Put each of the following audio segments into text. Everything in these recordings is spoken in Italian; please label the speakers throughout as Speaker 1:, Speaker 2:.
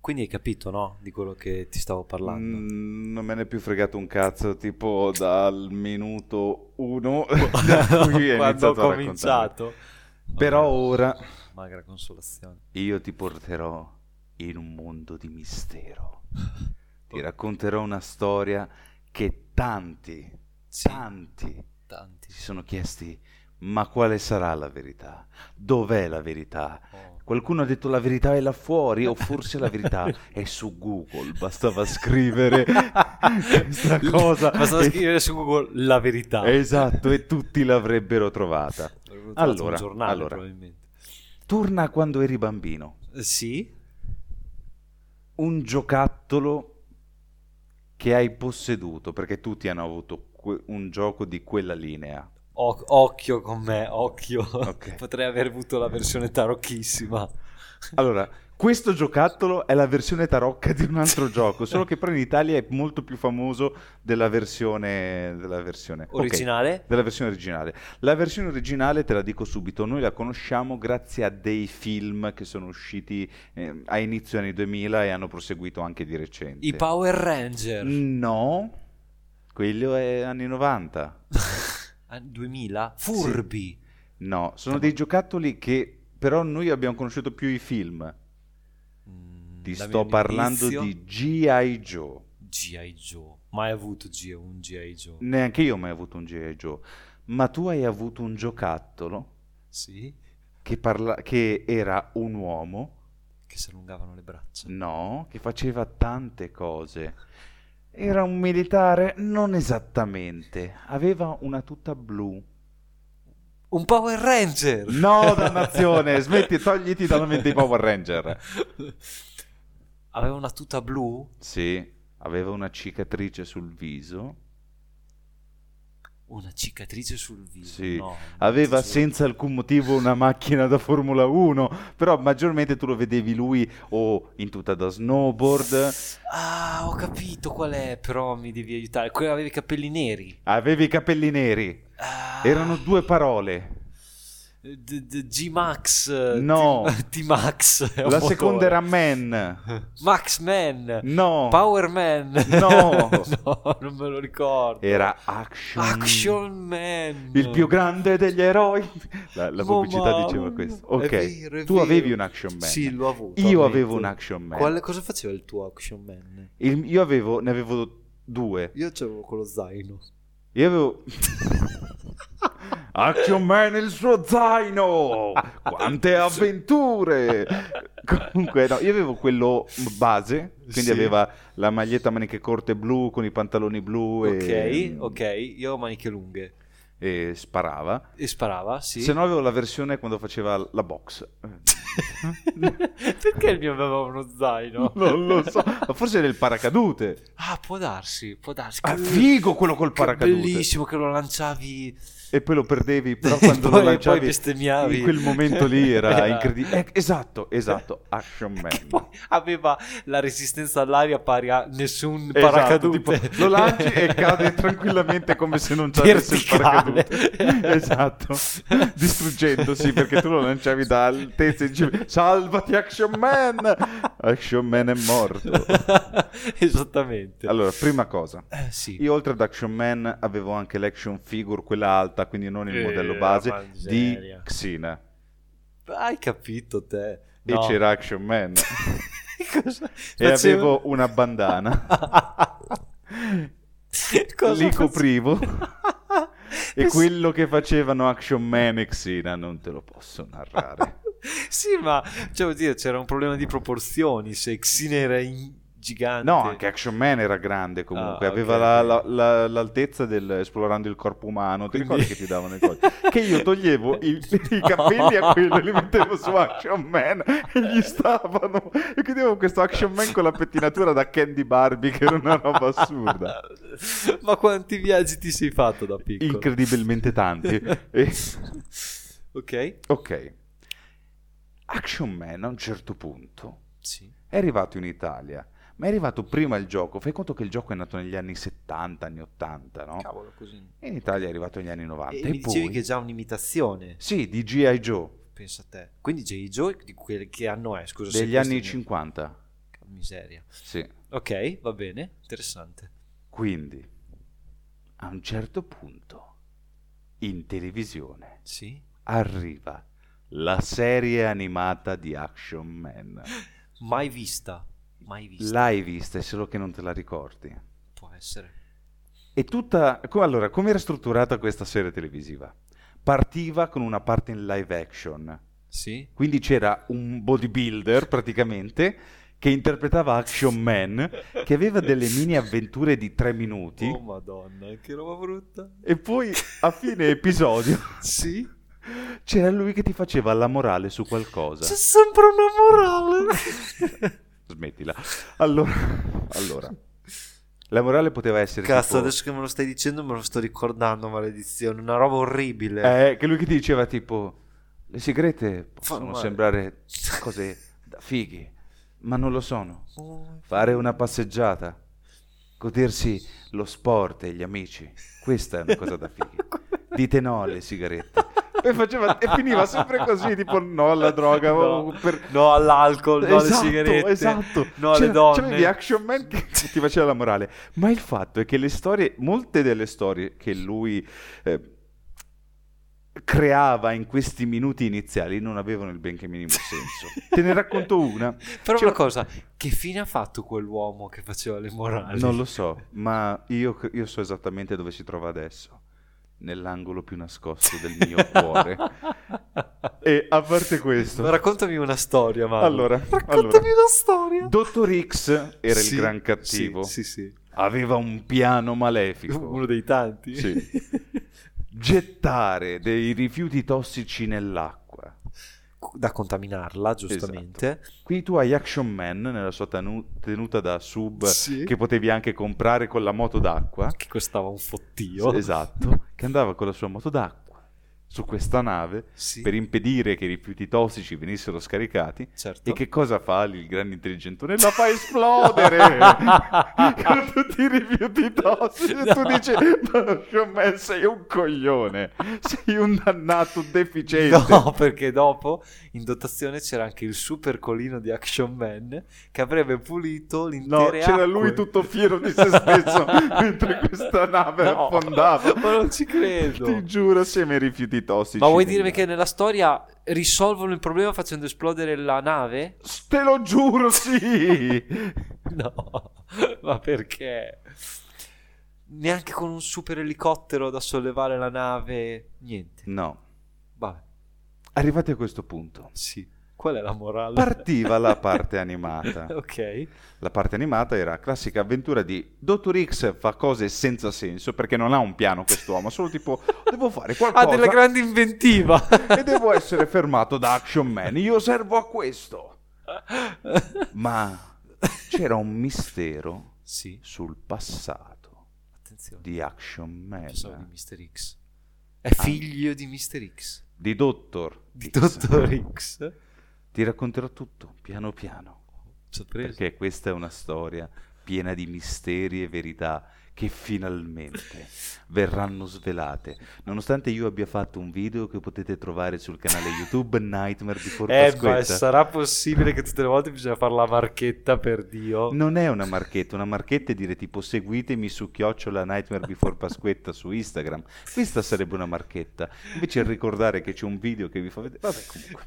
Speaker 1: Quindi hai capito, no? Di quello che ti stavo parlando.
Speaker 2: Mm, non me ne è più fregato un cazzo, tipo dal minuto uno da cui
Speaker 1: Quando
Speaker 2: è
Speaker 1: ho
Speaker 2: iniziato a raccontare.
Speaker 1: cominciato.
Speaker 2: Però
Speaker 1: Vabbè,
Speaker 2: ora
Speaker 1: Magra consolazione.
Speaker 2: io ti porterò in un mondo di mistero. Ti racconterò una storia che tanti,
Speaker 1: Sì.
Speaker 2: tanti
Speaker 1: Tanti.
Speaker 2: si sono chiesti ma quale sarà la verità? Dov'è la verità?
Speaker 1: Oh.
Speaker 2: Qualcuno ha detto la verità è là fuori o forse la verità è su Google, bastava scrivere questa cosa.
Speaker 1: Basta
Speaker 2: e-
Speaker 1: scrivere su Google la verità.
Speaker 2: Esatto, e tutti l'avrebbero trovata.
Speaker 1: Avrebbero trovato
Speaker 2: Allora,
Speaker 1: un giornale
Speaker 2: allora.
Speaker 1: probabilmente.
Speaker 2: Torna a quando eri bambino,
Speaker 1: Eh, Sì?
Speaker 2: un giocattolo che hai posseduto, perché tutti hanno avuto que- un gioco di quella linea.
Speaker 1: O- occhio con me, occhio.
Speaker 2: Ok.
Speaker 1: Potrei aver avuto la versione tarocchissima.
Speaker 2: Allora, questo giocattolo è la versione tarocca di un altro gioco, solo che però in Italia è molto più famoso della versione... Della versione. ok,
Speaker 1: Originale?
Speaker 2: della versione originale. La versione originale, te la dico subito, noi la conosciamo grazie a dei film che sono usciti eh, a inizio anni 2000 e hanno proseguito anche di recente.
Speaker 1: I Power Ranger.
Speaker 2: No, quello è anni 90.
Speaker 1: Ah, 2000? Furbi.
Speaker 2: No, sono dei giocattoli che però noi abbiamo conosciuto più i film.
Speaker 1: Mm,
Speaker 2: Ti
Speaker 1: dammi
Speaker 2: sto
Speaker 1: un
Speaker 2: parlando
Speaker 1: indizio.
Speaker 2: di G.I. Joe.
Speaker 1: G.I. Joe. Mai avuto G- un G.I. Joe?
Speaker 2: Neanche io ho mai avuto un G.I. Joe, ma tu hai avuto un giocattolo
Speaker 1: Sì?
Speaker 2: che, parla- che era un uomo,
Speaker 1: Che si allungavano le braccia.
Speaker 2: no, che faceva tante cose. Era un militare? Non esattamente. Aveva una tuta blu.
Speaker 1: Un Power Ranger!
Speaker 2: No, dannazione, smetti, togliti dalla mente i Power Ranger.
Speaker 1: Aveva una tuta blu?
Speaker 2: Sì, aveva una cicatrice sul viso.
Speaker 1: Una cicatrice sul viso?
Speaker 2: Sì.
Speaker 1: No,
Speaker 2: Aveva
Speaker 1: ti giuro.
Speaker 2: senza alcun motivo una macchina da Formula 1, però maggiormente tu lo vedevi lui o in tuta da snowboard,
Speaker 1: Ah, ho capito qual è, però mi devi aiutare. Quello aveva i capelli neri.
Speaker 2: avevi i capelli neri.
Speaker 1: Ah.
Speaker 2: Erano due parole.
Speaker 1: D- d- G-Max. eh,
Speaker 2: No.
Speaker 1: T- T-Max. è un
Speaker 2: La
Speaker 1: motore.
Speaker 2: seconda era man.
Speaker 1: Max Man.
Speaker 2: No.
Speaker 1: Power Man.
Speaker 2: No.
Speaker 1: No, non me lo ricordo.
Speaker 2: Era action.
Speaker 1: Action Man.
Speaker 2: Il più grande degli eroi. La, la
Speaker 1: Mm. Oh,
Speaker 2: pubblicità
Speaker 1: mamma
Speaker 2: diceva
Speaker 1: mia.
Speaker 2: questo.
Speaker 1: È
Speaker 2: Ok.
Speaker 1: vero, è
Speaker 2: tu
Speaker 1: vero.
Speaker 2: avevi un action man.
Speaker 1: Sì, l'ho avuto.
Speaker 2: Io
Speaker 1: ammetto.
Speaker 2: avevo un action man.
Speaker 1: Quale- cosa faceva il tuo Action Man?
Speaker 2: Il- io avevo, ne avevo due.
Speaker 1: Io c'avevo quello zaino.
Speaker 2: Io avevo Action Man e il suo zaino! Quante avventure! Comunque, no, io avevo quello base, quindi
Speaker 1: Sì.
Speaker 2: aveva la maglietta a maniche corte blu con i pantaloni blu e,
Speaker 1: Ok, ok, io ho maniche lunghe.
Speaker 2: e sparava.
Speaker 1: E sparava, sì.
Speaker 2: Se no avevo la versione quando faceva la box. Eh.
Speaker 1: Perché il mio aveva uno zaino?
Speaker 2: Non lo so, ma forse era il paracadute.
Speaker 1: Ah, può darsi, può darsi.
Speaker 2: Ah,
Speaker 1: Che-
Speaker 2: figo quello col
Speaker 1: che
Speaker 2: paracadute.
Speaker 1: Bellissimo che lo lanciavi.
Speaker 2: E poi lo perdevi, però
Speaker 1: E
Speaker 2: quando
Speaker 1: poi-
Speaker 2: lo lanciavi
Speaker 1: e poi bestemmiavi.
Speaker 2: in quel momento lì era
Speaker 1: Era-
Speaker 2: incredibile. Eh, esatto, esatto, Action Man.
Speaker 1: Che poi aveva la resistenza all'aria pari a nessun
Speaker 2: Esatto,
Speaker 1: paracadute.
Speaker 2: tipo, lo lanci e cade tranquillamente come se non ci avesse il
Speaker 1: Verticale.
Speaker 2: paracadute. Esatto. Distruggendosi perché tu lo lanciavi da altezza e dicevi "Salvati Action Man!". Action Man è morto.
Speaker 1: Esattamente.
Speaker 2: Allora, prima cosa,
Speaker 1: Eh, sì.
Speaker 2: io oltre ad Action Man avevo anche l'action figure, quella alta, quindi non il
Speaker 1: Eh,
Speaker 2: modello base,
Speaker 1: la
Speaker 2: di
Speaker 1: miseria.
Speaker 2: Xena.
Speaker 1: Hai capito te.
Speaker 2: E
Speaker 1: No.
Speaker 2: c'era Action Man.
Speaker 1: Cosa-
Speaker 2: e
Speaker 1: facevo-
Speaker 2: avevo una bandana.
Speaker 1: Cosa facevo?
Speaker 2: li coprivo. e
Speaker 1: Sì.
Speaker 2: quello che facevano Action Man e Xena non te lo posso narrare.
Speaker 1: Sì, ma cioè, vuol dire, c'era un problema di proporzioni. Se Xin era in- gigante,
Speaker 2: No, anche Action Man era grande comunque,
Speaker 1: Ah, ok,
Speaker 2: aveva la-
Speaker 1: ok.
Speaker 2: la- la- l'altezza del esplorando il corpo umano, ti
Speaker 1: Quindi-
Speaker 2: ricordi che ti davano i cose? Che io toglievo i, i capelli a quello, li mettevo su Action Man e gli stavano. E quindi avevo questo Action Man con la pettinatura da Candy Barbie che era una roba assurda.
Speaker 1: ma quanti viaggi ti sei fatto da piccolo?
Speaker 2: Incredibilmente tanti. E-
Speaker 1: ok,
Speaker 2: Ok. Action Man a un certo punto
Speaker 1: sì.
Speaker 2: è arrivato in Italia, ma è arrivato prima il gioco. Fai conto che il gioco è nato negli anni 70, anni 80, no?
Speaker 1: Cavolo, così.
Speaker 2: E in Italia è arrivato negli anni 90.
Speaker 1: E,
Speaker 2: E,
Speaker 1: mi
Speaker 2: poi...
Speaker 1: dicevi che è già un'imitazione,
Speaker 2: Sì, di G.I. Joe,
Speaker 1: pensa a te. Quindi J.I. Joe, di quel che anno è? Scusa, se
Speaker 2: degli
Speaker 1: questo
Speaker 2: anni
Speaker 1: mi-
Speaker 2: 50.
Speaker 1: miseria.
Speaker 2: Sì.
Speaker 1: Ok, va bene, interessante.
Speaker 2: Quindi, a un certo punto, in televisione
Speaker 1: Sì.
Speaker 2: arriva la serie animata di Action Man.
Speaker 1: Mai vista, mai vista,
Speaker 2: L'hai vista, è solo che non te la ricordi.
Speaker 1: può essere.
Speaker 2: E tutta... co- Allora, come era strutturata questa serie televisiva? Partiva con una parte in live action,
Speaker 1: Sì.
Speaker 2: quindi c'era un bodybuilder praticamente che interpretava Action Man, che aveva delle mini avventure di tre minuti,
Speaker 1: Oh madonna, che roba brutta.
Speaker 2: e poi a fine episodio
Speaker 1: Sì.
Speaker 2: c'era lui che ti faceva la morale su qualcosa.
Speaker 1: C'è sempre una morale.
Speaker 2: Smettila. Allora, allora, la morale poteva essere...
Speaker 1: Cazzo,
Speaker 2: tipo-
Speaker 1: adesso che me lo stai dicendo me lo sto ricordando, maledizione. Una roba orribile.
Speaker 2: Eh, che lui che ti diceva tipo, le sigarette
Speaker 1: Fanno
Speaker 2: possono
Speaker 1: male."
Speaker 2: sembrare cose da fighi, ma non lo sono.
Speaker 1: Oh,
Speaker 2: Fare una passeggiata, godersi lo sport e gli amici, questa è una cosa da fighi. Dite no alle sigarette. E, faceva- e finiva sempre così, tipo no alla droga, oh,
Speaker 1: No,
Speaker 2: per-
Speaker 1: no all'alcol, no alle
Speaker 2: Esatto,
Speaker 1: sigarette,
Speaker 2: esatto.
Speaker 1: no alle
Speaker 2: C'era-
Speaker 1: donne.
Speaker 2: c'avevi Action Man che ti faceva la morale. Ma il fatto è che le storie, molte delle storie che lui eh, creava in questi minuti iniziali non avevano il benché minimo senso. Te ne racconto una.
Speaker 1: Però
Speaker 2: C'era-
Speaker 1: una cosa, che fine ha fatto quell'uomo che faceva le morali?
Speaker 2: Non lo so, ma io, io so esattamente dove si trova adesso. Nell'angolo più nascosto del mio cuore. E a parte questo,
Speaker 1: Raccontami una storia, Mauro.
Speaker 2: Allora,
Speaker 1: Raccontami
Speaker 2: allora.
Speaker 1: una storia.
Speaker 2: Dottor X era
Speaker 1: Sì,
Speaker 2: il gran cattivo.
Speaker 1: Sì, sì, sì.
Speaker 2: Aveva un piano malefico.
Speaker 1: Uno dei tanti.
Speaker 2: Sì. Gettare dei rifiuti tossici nell'acqua.
Speaker 1: da contaminarla, giustamente.
Speaker 2: Quindi tu hai Action Man nella sua tenu- tenuta da sub
Speaker 1: Sì.
Speaker 2: che potevi anche comprare con la moto d'acqua.
Speaker 1: Che costava un fottio.
Speaker 2: Esatto, che andava con la sua moto d'acqua su questa nave
Speaker 1: Sì,
Speaker 2: per impedire che i rifiuti tossici venissero scaricati.
Speaker 1: certo.
Speaker 2: E che cosa fa lì il grande intelligentone? La fa esplodere con tutti i rifiuti tossici. E tu dici, "Ma, Showman, sei un coglione, sei un dannato deficiente.
Speaker 1: No, perché dopo in dotazione c'era anche il super colino di Action Man che avrebbe pulito l'intera
Speaker 2: No, c'era lui tutto fiero di se stesso mentre questa nave affondava.
Speaker 1: Ma non ci credo.
Speaker 2: Ti giuro, assieme ai rifiuti tossici.
Speaker 1: Ma vuoi
Speaker 2: nel-
Speaker 1: dirmi che nella storia risolvono il problema facendo esplodere la nave?
Speaker 2: Te lo giuro, sì!
Speaker 1: No, ma perché? Neanche con un super elicottero da sollevare la nave, niente.
Speaker 2: no,
Speaker 1: Vabbè,
Speaker 2: arrivati a questo punto.
Speaker 1: sì. Qual è la morale?
Speaker 2: Partiva la parte animata.
Speaker 1: ok.
Speaker 2: La parte animata era la classica avventura di Dottor X fa cose senza senso perché non ha un piano quest'uomo, solo tipo devo fare
Speaker 1: Ha
Speaker 2: qualcosa
Speaker 1: Ah, della grande inventiva.
Speaker 2: e devo essere fermato da Action Man, io servo a questo. Ma c'era un mistero
Speaker 1: sì,
Speaker 2: sul passato
Speaker 1: attenzione.
Speaker 2: di Action
Speaker 1: Pensavo di
Speaker 2: Man,
Speaker 1: Mr. X. È figlio di Mr. X.
Speaker 2: di Dottor
Speaker 1: Di
Speaker 2: X.
Speaker 1: Dottor X.
Speaker 2: Ti racconterò tutto piano piano.
Speaker 1: Sorpresa.
Speaker 2: Perché questa è una storia piena di misteri e verità che finalmente verranno svelate. Nonostante io abbia fatto un video che potete trovare sul canale YouTube Nightmare Before
Speaker 1: Eh, ma
Speaker 2: Pasquetta.
Speaker 1: sarà possibile che tutte le volte bisogna fare la marchetta per Dio?
Speaker 2: Non è una marchetta, una marchetta è dire tipo seguitemi su chiocciola Nightmare Before Pasquetta su Instagram. Questa sarebbe una marchetta. Invece ricordare che c'è un video che vi fa vedere... Vabbè, comunque.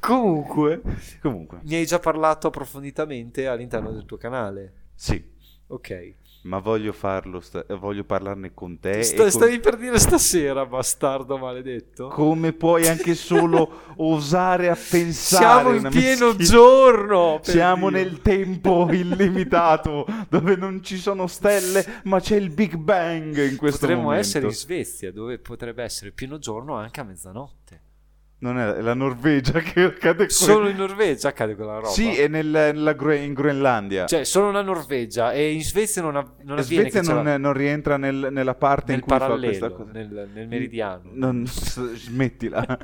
Speaker 1: Comunque,
Speaker 2: Comunque,
Speaker 1: ne hai già parlato approfonditamente all'interno del tuo canale.
Speaker 2: sì,
Speaker 1: Ok.
Speaker 2: ma voglio farlo, sta- voglio parlarne con te. e
Speaker 1: Sta-
Speaker 2: con-
Speaker 1: Stavi per dire stasera, bastardo maledetto.
Speaker 2: Come puoi anche solo osare a pensare?
Speaker 1: Siamo in
Speaker 2: una
Speaker 1: pieno
Speaker 2: meschina-
Speaker 1: giorno. per
Speaker 2: Siamo
Speaker 1: Dio.
Speaker 2: nel tempo illimitato, dove non ci sono stelle, ma c'è il Big Bang in questo
Speaker 1: Potremmo
Speaker 2: momento.
Speaker 1: essere in Svezia, dove potrebbe essere pieno giorno anche a mezzanotte.
Speaker 2: Non è è la Norvegia che accade qui.
Speaker 1: Solo in Norvegia accade quella roba.
Speaker 2: Eh, Sì, è nel- nella Gre- in Groenlandia.
Speaker 1: Cioè, solo la Norvegia e in Svezia non, av- non
Speaker 2: la
Speaker 1: avviene
Speaker 2: Svezia
Speaker 1: che ce
Speaker 2: non,
Speaker 1: la-
Speaker 2: non rientra nel- nella parte
Speaker 1: nel
Speaker 2: in cui fa
Speaker 1: parallelo,
Speaker 2: questa cosa.
Speaker 1: nel, nel meridiano.
Speaker 2: Non, s- smettila.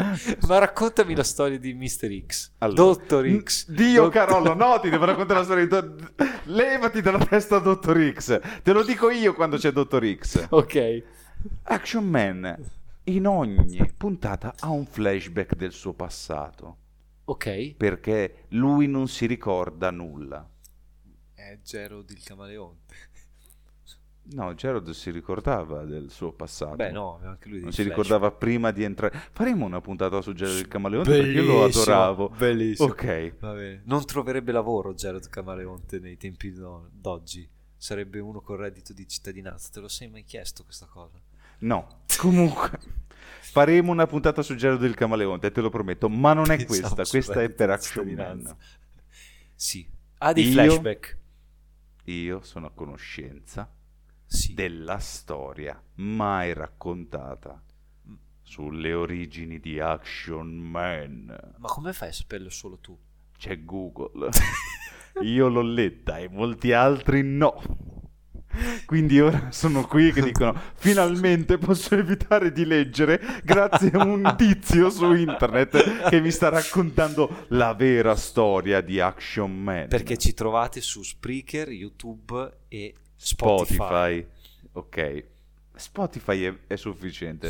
Speaker 1: Ma raccontami la storia di Mr. X,
Speaker 2: Allora.
Speaker 1: Dottor X.
Speaker 2: N- Dio
Speaker 1: Dott-
Speaker 2: Carollo, no, ti devo raccontare la storia di Do- Levati dalla testa Dottor X. Te lo dico io quando c'è Dottor X.
Speaker 1: Ok,
Speaker 2: Action Man in ogni puntata ha un flashback del suo passato,
Speaker 1: ok.
Speaker 2: perché lui non si ricorda nulla.
Speaker 1: È Gerald il camaleonte.
Speaker 2: No, Gerald si ricordava del suo passato.
Speaker 1: Beh, no, anche lui
Speaker 2: Non
Speaker 1: dei
Speaker 2: si
Speaker 1: flash.
Speaker 2: ricordava prima di entrare. Faremo una puntata su Gerald il Camaleonte perché io lo
Speaker 1: Bellissimo,
Speaker 2: adoravo.
Speaker 1: Bellissimo.
Speaker 2: Ok.
Speaker 1: Va bene. Non troverebbe lavoro Gerald Camaleonte nei tempi do- d'oggi. Sarebbe uno con reddito di cittadinanza. Te lo sei mai chiesto questa cosa?
Speaker 2: No, comunque faremo una puntata su Gerardo del Camaleonte, te lo prometto, ma non è
Speaker 1: Pensavo
Speaker 2: questa,
Speaker 1: su
Speaker 2: questa è
Speaker 1: reddito
Speaker 2: per
Speaker 1: di
Speaker 2: Action
Speaker 1: cittadinanza.
Speaker 2: Man.
Speaker 1: Sì. Ha dei
Speaker 2: Io?
Speaker 1: flashback.
Speaker 2: Io sono a conoscenza
Speaker 1: Sì.
Speaker 2: della storia mai raccontata sulle origini di Action Man.
Speaker 1: Ma come fai a saperlo solo tu?
Speaker 2: C'è Google. Io l'ho letta e molti altri no. Quindi ora sono qui che dicono finalmente posso evitare di leggere grazie a un tizio su internet che mi sta raccontando la vera storia di Action Man.
Speaker 1: Perché ci trovate su Spreaker, YouTube e Spotify.
Speaker 2: Spotify. Ok. Spotify è, è sufficiente.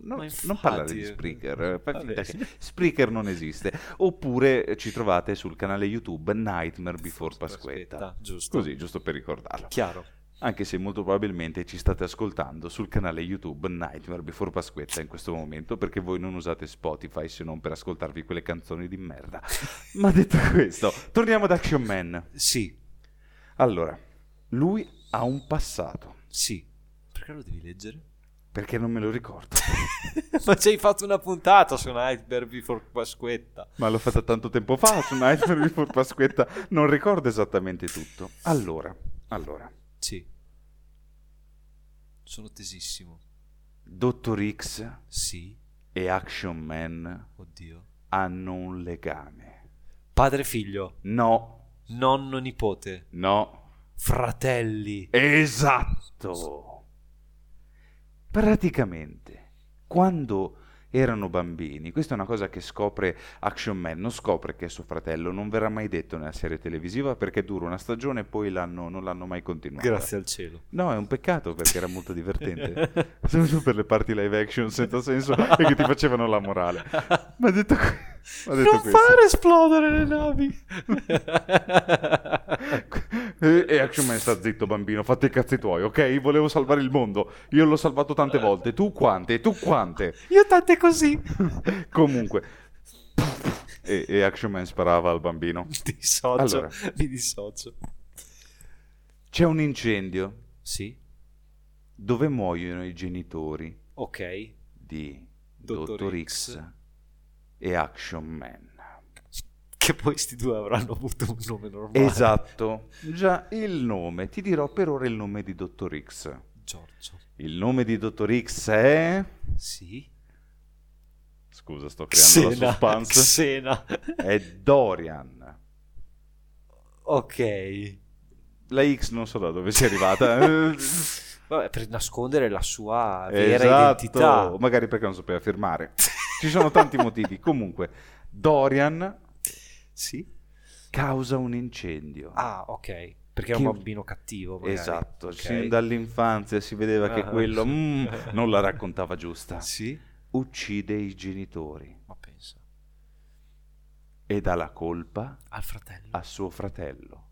Speaker 2: Non,
Speaker 1: Ma
Speaker 2: non parlare
Speaker 1: infatti-
Speaker 2: di Spreaker. eh, fai finta
Speaker 1: Vabbè.
Speaker 2: che- Spreaker non esiste. Oppure eh, ci trovate sul canale YouTube Nightmare Before Pasquetta.
Speaker 1: Giusto.
Speaker 2: Così, giusto per ricordarlo.
Speaker 1: Chiaro.
Speaker 2: Anche se molto probabilmente ci state ascoltando sul canale YouTube Nightmare Before Pasquetta in questo momento perché voi non usate Spotify se non per ascoltarvi quelle canzoni di merda. Ma detto questo, torniamo ad Action Man.
Speaker 1: Sì,
Speaker 2: Allora, lui ha un passato.
Speaker 1: sì. Perché lo devi leggere?
Speaker 2: Perché non me lo ricordo.
Speaker 1: Ma ci hai fatto una puntata su Nightmare Before Pasquetta.
Speaker 2: Ma l'ho fatta tanto tempo fa su Nightmare Before Pasquetta. Non ricordo esattamente tutto. Allora, allora.
Speaker 1: Sì. Sono tesissimo.
Speaker 2: Dottor X
Speaker 1: Sì,
Speaker 2: e Action Man
Speaker 1: oddio.
Speaker 2: hanno un legame.
Speaker 1: Padre figlio,
Speaker 2: No,
Speaker 1: nonno nipote,
Speaker 2: no.
Speaker 1: fratelli.
Speaker 2: Esatto. Praticamente, quando erano bambini, questa è una cosa che scopre Action Man, non scopre che è suo fratello, non verrà mai detto nella serie televisiva perché dura una stagione e poi l'hanno- non l'hanno mai continuata.
Speaker 1: Grazie al cielo.
Speaker 2: No, è un peccato perché era molto divertente. Soprattutto per le parti live action senza senso e che ti facevano la morale. Ma detto, que- ma detto
Speaker 1: non
Speaker 2: questo,
Speaker 1: fare esplodere le navi.
Speaker 2: Eh, e e Action Man sta zitto, bambino. Fatti i cazzi tuoi, ok? Volevo salvare il mondo. Io l'ho salvato tante volte. Tu quante? Tu quante?
Speaker 1: Io tante così.
Speaker 2: Comunque, e, e Action Man sparava al bambino.
Speaker 1: Ti dissocio,
Speaker 2: Allora.
Speaker 1: mi dissocio.
Speaker 2: C'è un incendio
Speaker 1: Sì,
Speaker 2: dove muoiono i genitori
Speaker 1: ok.
Speaker 2: di
Speaker 1: Dottor X.
Speaker 2: Dottor X e Action Man.
Speaker 1: Che poi sti due avranno avuto un nome normale.
Speaker 2: Esatto, già il nome, ti dirò per ora il nome di Dottor X.
Speaker 1: Giorgio.
Speaker 2: Il nome di Dottor X è...
Speaker 1: Sì.
Speaker 2: Scusa, sto creando
Speaker 1: Xena.
Speaker 2: la suspense. Eh.
Speaker 1: Xena.
Speaker 2: È Dorian.
Speaker 1: ok.
Speaker 2: La X non so da dove sia arrivata. Eh,
Speaker 1: Vabbè, per nascondere la sua vera identità.
Speaker 2: esatto, magari perché non sapeva firmare. Ci sono tanti motivi. Comunque, Dorian
Speaker 1: Sì.
Speaker 2: causa un incendio.
Speaker 1: Ah, ok. Perché è
Speaker 2: Chi-
Speaker 1: un bambino cattivo, magari.
Speaker 2: Esatto,
Speaker 1: Ok.
Speaker 2: sin dall'infanzia si vedeva che
Speaker 1: Ah.
Speaker 2: quello mm, non la raccontava giusta.
Speaker 1: Sì.
Speaker 2: Uccide i genitori.
Speaker 1: Ma pensa.
Speaker 2: e dà la colpa
Speaker 1: Al fratello.
Speaker 2: a suo fratello.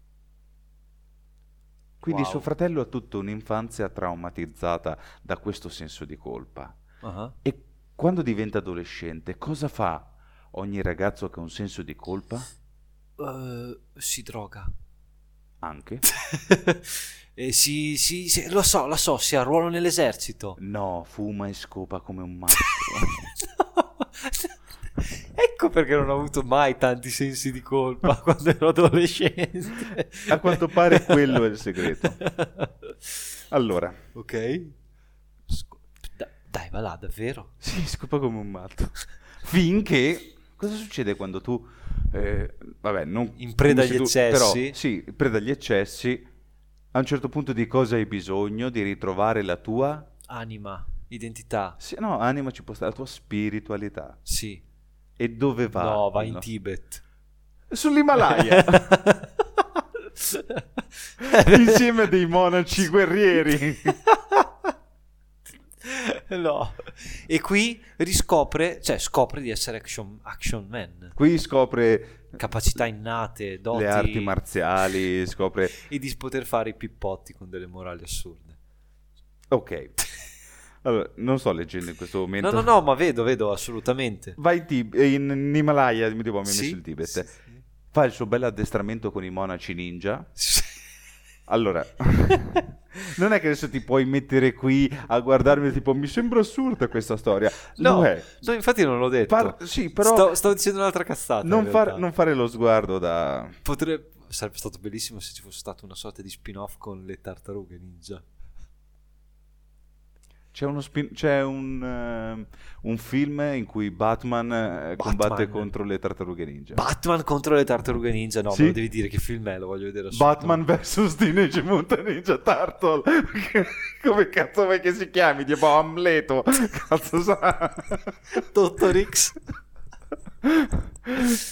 Speaker 2: Quindi
Speaker 1: Wow.
Speaker 2: suo fratello ha tutta un'infanzia traumatizzata da questo senso di colpa.
Speaker 1: Ah.
Speaker 2: E quando diventa adolescente, cosa fa ogni ragazzo che ha un senso di colpa?
Speaker 1: Eh, si droga.
Speaker 2: Anche?
Speaker 1: Eh, si, si, si- lo so, lo so, si ha ruolo nell'esercito.
Speaker 2: No, fuma e scopa come un matto.
Speaker 1: ecco perché non ho avuto mai tanti sensi di colpa quando ero adolescente.
Speaker 2: A quanto pare quello è il segreto. Allora,
Speaker 1: ok. Scu- da- dai, va là, davvero.
Speaker 2: Sì, scopa come un matto. Finché cosa succede quando tu eh, vabbè, non
Speaker 1: In preda
Speaker 2: non sei
Speaker 1: agli eccessi?
Speaker 2: però, sì, in preda agli eccessi. A un certo punto di cosa hai bisogno? Di ritrovare la tua
Speaker 1: Anima, identità.
Speaker 2: sì, no, anima ci può stare, la tua spiritualità.
Speaker 1: Sì.
Speaker 2: E dove va?
Speaker 1: no, va in
Speaker 2: quello?
Speaker 1: Tibet.
Speaker 2: Sull'Himalaya, insieme a dei monaci guerrieri.
Speaker 1: no. E qui riscopre, cioè scopre di essere action, action man.
Speaker 2: Qui scopre
Speaker 1: Capacità innate, doti
Speaker 2: le arti marziali, scopre...
Speaker 1: e di poter fare i pippotti con delle morali assurde.
Speaker 2: Ok. Allora, non sto leggendo in questo momento.
Speaker 1: No, no, no, ma vedo, vedo assolutamente.
Speaker 2: Vai in, Tib- in, in Himalaya, mi tipo, mi ha
Speaker 1: Sì,
Speaker 2: messo il Tibet.
Speaker 1: sì, sì.
Speaker 2: Fa il suo bel addestramento con i monaci ninja. Allora, non è che adesso ti puoi mettere qui a guardarmi tipo mi sembra assurda questa storia.
Speaker 1: No,
Speaker 2: Lo è.
Speaker 1: no, infatti non l'ho detto.
Speaker 2: Par- sì, però
Speaker 1: Sto- stavo dicendo un'altra cazzata. in
Speaker 2: non, far-
Speaker 1: realtà.
Speaker 2: non fare lo sguardo da...
Speaker 1: Potrebbe- Sarebbe stato bellissimo se ci fosse stato una sorta di spin-off con le tartarughe ninja.
Speaker 2: C'è, uno spin- c'è un, ehm, un film in cui Batman, eh, combatte
Speaker 1: Batman.
Speaker 2: contro le tartarughe ninja.
Speaker 1: Batman contro le tartarughe ninja. No,
Speaker 2: Sì.
Speaker 1: me lo devi dire che film è, lo voglio vedere
Speaker 2: Batman vs Teenage Mutant Ninja Turtle come cazzo vuoi che si chiami tipo Amleto cazzo sa
Speaker 1: Dottorix.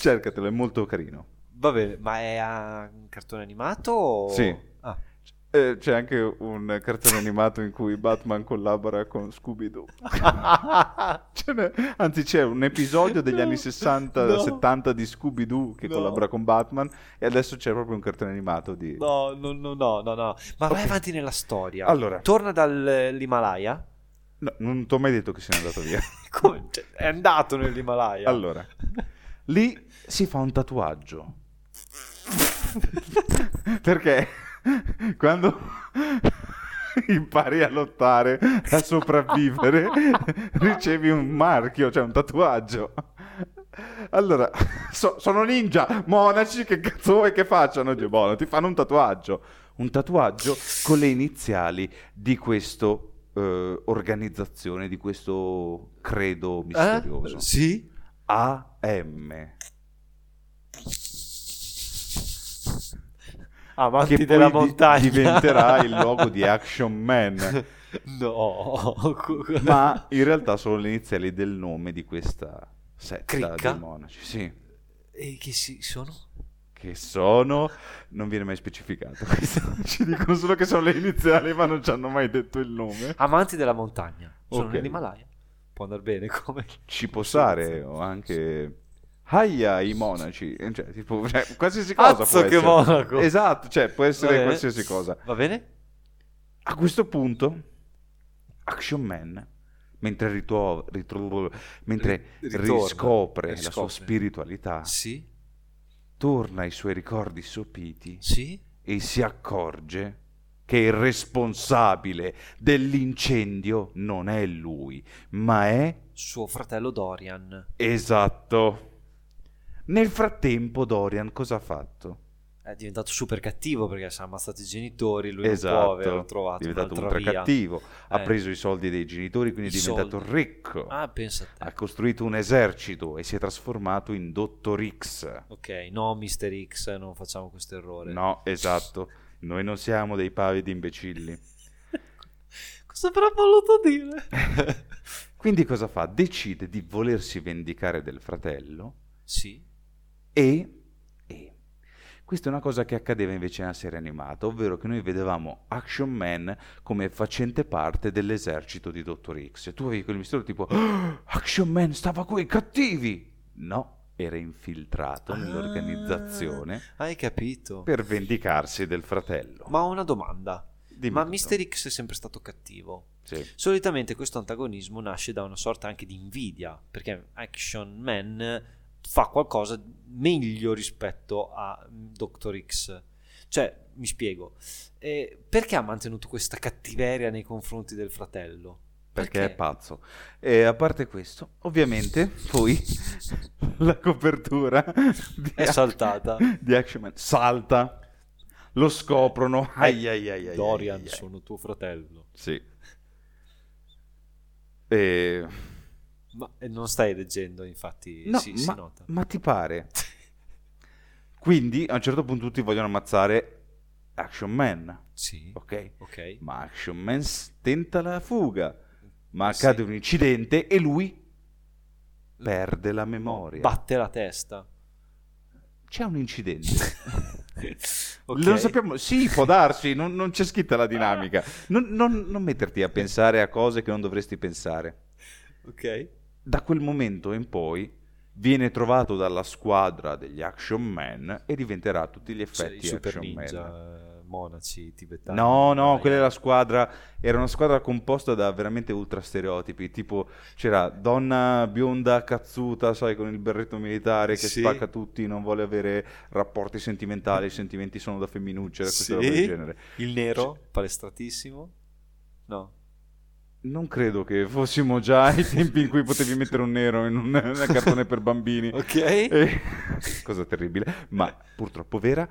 Speaker 2: cercatelo è molto carino
Speaker 1: Va bene, ma è a un cartone animato? O...
Speaker 2: Sì.
Speaker 1: Ah.
Speaker 2: Eh, c'è anche un cartone animato in cui Batman collabora con Scooby-Doo Ce n'è- anzi c'è un episodio degli
Speaker 1: No,
Speaker 2: anni 60
Speaker 1: no.
Speaker 2: 70 di Scooby-Doo che
Speaker 1: No.
Speaker 2: collabora con Batman e adesso c'è proprio un cartone animato di
Speaker 1: No, no, no, no, no, no. Ma vai
Speaker 2: Ok.
Speaker 1: avanti nella storia.
Speaker 2: Allora.
Speaker 1: Torna dall'Himalaya.
Speaker 2: No, non ti ho mai detto che se n'è andato via
Speaker 1: Come? Cioè, è andato nell'Himalaya.
Speaker 2: allora lì si fa un tatuaggio Perché quando impari a lottare, a sopravvivere, ricevi un marchio, cioè un tatuaggio. Allora, so- sono ninja, monaci, che cazzo vuoi che facciano? Dio buono, ti fanno un tatuaggio. Un tatuaggio con le iniziali di questa organizzazione, di questo credo misterioso.
Speaker 1: Eh? Sì?
Speaker 2: AM.
Speaker 1: Ah, Avanti
Speaker 2: che
Speaker 1: della
Speaker 2: poi di-
Speaker 1: montagna.
Speaker 2: diventerà il logo di Action Man.
Speaker 1: No.
Speaker 2: ma in realtà sono le iniziali del nome di questa setta
Speaker 1: Cricca?
Speaker 2: di monaci, sì,
Speaker 1: E che si sono?
Speaker 2: che sono, non viene mai specificato, questo. ci dicono solo che sono le iniziali ma non ci hanno mai detto il nome.
Speaker 1: Amanti della montagna. Sono
Speaker 2: Ok.
Speaker 1: nell'Himalaya. Può andare bene come...
Speaker 2: Ci può stare, o anche... Aia, i monaci, eh, cioè, tipo, cioè, qualsiasi cosa
Speaker 1: Cazzo
Speaker 2: può
Speaker 1: che
Speaker 2: essere.
Speaker 1: monaco!
Speaker 2: Esatto, cioè, può
Speaker 1: Va
Speaker 2: essere
Speaker 1: bene.
Speaker 2: qualsiasi cosa.
Speaker 1: Va bene?
Speaker 2: A questo punto, Action Man, mentre, rituo- ritro- mentre
Speaker 1: Ri- ritorna,
Speaker 2: riscopre la sua
Speaker 1: riscopre.
Speaker 2: spiritualità,
Speaker 1: Sì.
Speaker 2: torna ai suoi ricordi sopiti
Speaker 1: Sì.
Speaker 2: e si accorge che il responsabile dell'incendio non è lui, ma è
Speaker 1: Suo fratello Dorian.
Speaker 2: esatto. Nel frattempo Dorian cosa ha fatto?
Speaker 1: È diventato super cattivo perché si è ammazzato i genitori. Lui non può
Speaker 2: esatto,
Speaker 1: aver trovato
Speaker 2: è diventato
Speaker 1: un'altra
Speaker 2: ultra
Speaker 1: via.
Speaker 2: cattivo, ha
Speaker 1: Eh.
Speaker 2: preso i soldi dei genitori, quindi
Speaker 1: I
Speaker 2: è diventato
Speaker 1: soldi.
Speaker 2: ricco.
Speaker 1: Ah, pensa a te.
Speaker 2: ha costruito un esercito e si è trasformato in Dottor X.
Speaker 1: Ok, no, Mr. X, non facciamo questo errore.
Speaker 2: No, esatto. Noi non siamo dei pavi di imbecilli.
Speaker 1: Cosa avrà voluto dire?
Speaker 2: Quindi cosa fa? Decide di volersi vendicare del fratello
Speaker 1: sì.
Speaker 2: e... e- Questa è una cosa che accadeva invece nella serie animata, ovvero che noi vedevamo Action Man come facente parte dell'esercito di Dottor X. E tu avevi quel mistero tipo, "Ah, Action Man stava coi cattivi! No, era infiltrato nell'organizzazione
Speaker 1: Ah, hai capito.
Speaker 2: per vendicarsi del fratello.
Speaker 1: Ma ho una domanda.
Speaker 2: Dimmi
Speaker 1: Ma
Speaker 2: tutto.
Speaker 1: Mr. X è sempre stato cattivo.
Speaker 2: Sì.
Speaker 1: Solitamente questo antagonismo nasce da una sorta anche di invidia, perché Action Man fa qualcosa meglio rispetto a Dr. X. Cioè, mi spiego, eh, perché ha mantenuto questa cattiveria nei confronti del fratello?
Speaker 2: Perché, è pazzo. E a parte questo, ovviamente, poi la copertura di
Speaker 1: È saltata.
Speaker 2: Di Action Man salta. Lo scoprono. Ai, ai, ai, ai, ai,
Speaker 1: Dorian,
Speaker 2: ai, ai.
Speaker 1: sono tuo fratello.
Speaker 2: Sì. E-
Speaker 1: Ma eh, non stai leggendo, infatti,
Speaker 2: No,
Speaker 1: si, si
Speaker 2: ma,
Speaker 1: nota.
Speaker 2: ma ti pare? Quindi a un certo punto tutti vogliono ammazzare Action Man,
Speaker 1: Sì,
Speaker 2: ok?
Speaker 1: ok.
Speaker 2: Ma Action Man s- tenta la fuga, ma
Speaker 1: Sì.
Speaker 2: accade un incidente e lui perde la memoria.
Speaker 1: Batte la testa.
Speaker 2: c'è un incidente.
Speaker 1: Ok.
Speaker 2: Non sappiamo, sì, può darsi, non, non c'è scritta la dinamica. Non, non- non metterti a pensare a cose che non dovresti pensare.
Speaker 1: Ok.
Speaker 2: Da quel momento in poi viene trovato dalla squadra degli Action Man e diventerà a tutti gli
Speaker 1: Cioè, i
Speaker 2: effetti
Speaker 1: super
Speaker 2: Action
Speaker 1: ninja,
Speaker 2: Man.
Speaker 1: eh, monaci tibetani.
Speaker 2: No, no,
Speaker 1: Himalaya.
Speaker 2: quella era la squadra. Era una squadra composta da veramente ultra stereotipi. Tipo, c'era donna bionda cazzuta, sai, con il berretto militare che
Speaker 1: Sì.
Speaker 2: spacca tutti, non vuole avere rapporti sentimentali. I sentimenti sono da femminuccia, questa
Speaker 1: Sì.
Speaker 2: roba del genere.
Speaker 1: Il nero, palestratissimo. No.
Speaker 2: Non credo che fossimo già ai tempi in cui potevi mettere un nero in un, un cartone per bambini.
Speaker 1: Ok.
Speaker 2: E- cosa terribile, ma purtroppo vera.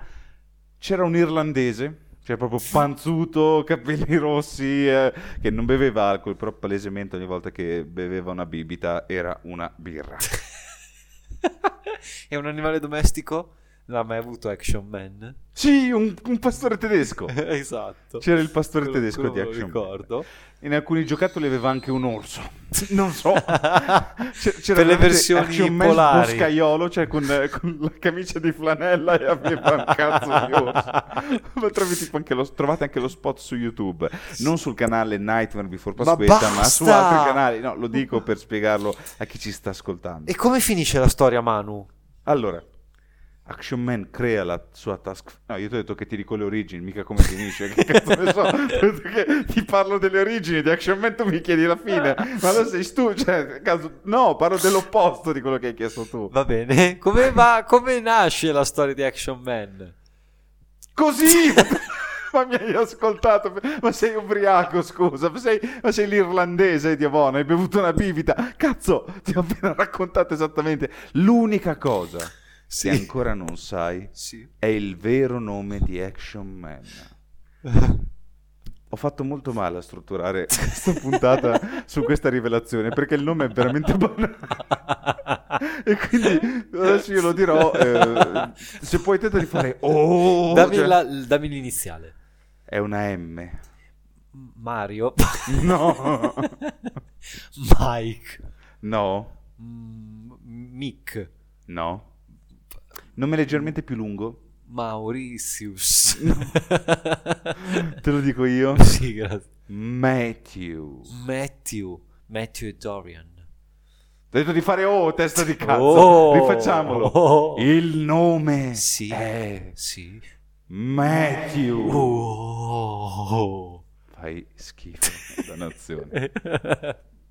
Speaker 2: C'era un irlandese, cioè proprio panzuto, capelli rossi, eh, che non beveva alcol, però palesemente ogni volta che beveva una bibita era una birra.
Speaker 1: È un animale domestico? Non ha mai avuto Action Man?
Speaker 2: Sì, un, un pastore tedesco.
Speaker 1: esatto.
Speaker 2: C'era il pastore
Speaker 1: Quello-
Speaker 2: tedesco
Speaker 1: quello
Speaker 2: di
Speaker 1: me lo
Speaker 2: Action Man.
Speaker 1: ricordo.
Speaker 2: In alcuni giocattoli aveva anche un orso. Non so. C'era
Speaker 1: per le
Speaker 2: veramente
Speaker 1: versioni
Speaker 2: Action Man
Speaker 1: polari.
Speaker 2: boscaiolo, cioè con, con la camicia di flanella e aveva un cazzo di orso. Ma trovi tipo anche lo- trovate anche lo spot su YouTube, non sul canale Nightmare Before
Speaker 1: Ma
Speaker 2: Pasquetta, ma, su
Speaker 1: basta!
Speaker 2: altri canali. No, lo dico per spiegarlo a chi ci sta ascoltando.
Speaker 1: E come finisce la storia, Manu?
Speaker 2: Allora, Action Man crea la sua task... No, io ti ho detto che ti dico le origini, mica come finisce. che cazzo ne so? Ti ho detto che ti parlo delle origini di Action Man, tu mi chiedi la fine. Ma lo sei tu, cioè, cazzo- No, parlo dell'opposto di quello che hai chiesto tu.
Speaker 1: Va bene. Come, va, come nasce la storia di Action Man?
Speaker 2: Così! ma mi hai ascoltato, ma sei ubriaco, scusa, ma sei, ma sei l'irlandese di Avona, hai bevuto una bibita. Cazzo, ti ho appena raccontato esattamente l'unica cosa che ancora non sai
Speaker 1: Sì.
Speaker 2: è il vero nome di Action Man. Ho fatto molto male a strutturare questa puntata su questa rivelazione perché il nome è veramente banale. E quindi adesso io lo dirò. eh, se puoi, tenta di fare. Oh,
Speaker 1: dammi,
Speaker 2: cioè,
Speaker 1: la- dammi l'iniziale.
Speaker 2: è una M.
Speaker 1: Mario.
Speaker 2: No.
Speaker 1: Mike.
Speaker 2: No,
Speaker 1: Mm, Mick.
Speaker 2: no. Nome leggermente più lungo.
Speaker 1: Mauritius.
Speaker 2: Te lo dico io.
Speaker 1: sì, grazie.
Speaker 2: Matthew.
Speaker 1: Matthew. Matthew e Dorian.
Speaker 2: Ti ho detto di fare oh, testa di cazzo.
Speaker 1: Oh.
Speaker 2: Rifacciamolo.
Speaker 1: Oh.
Speaker 2: Il nome
Speaker 1: Sì. Eh.
Speaker 2: è
Speaker 1: Sì.
Speaker 2: Matthew.
Speaker 1: Oh.
Speaker 2: Fai schifo, dannazione.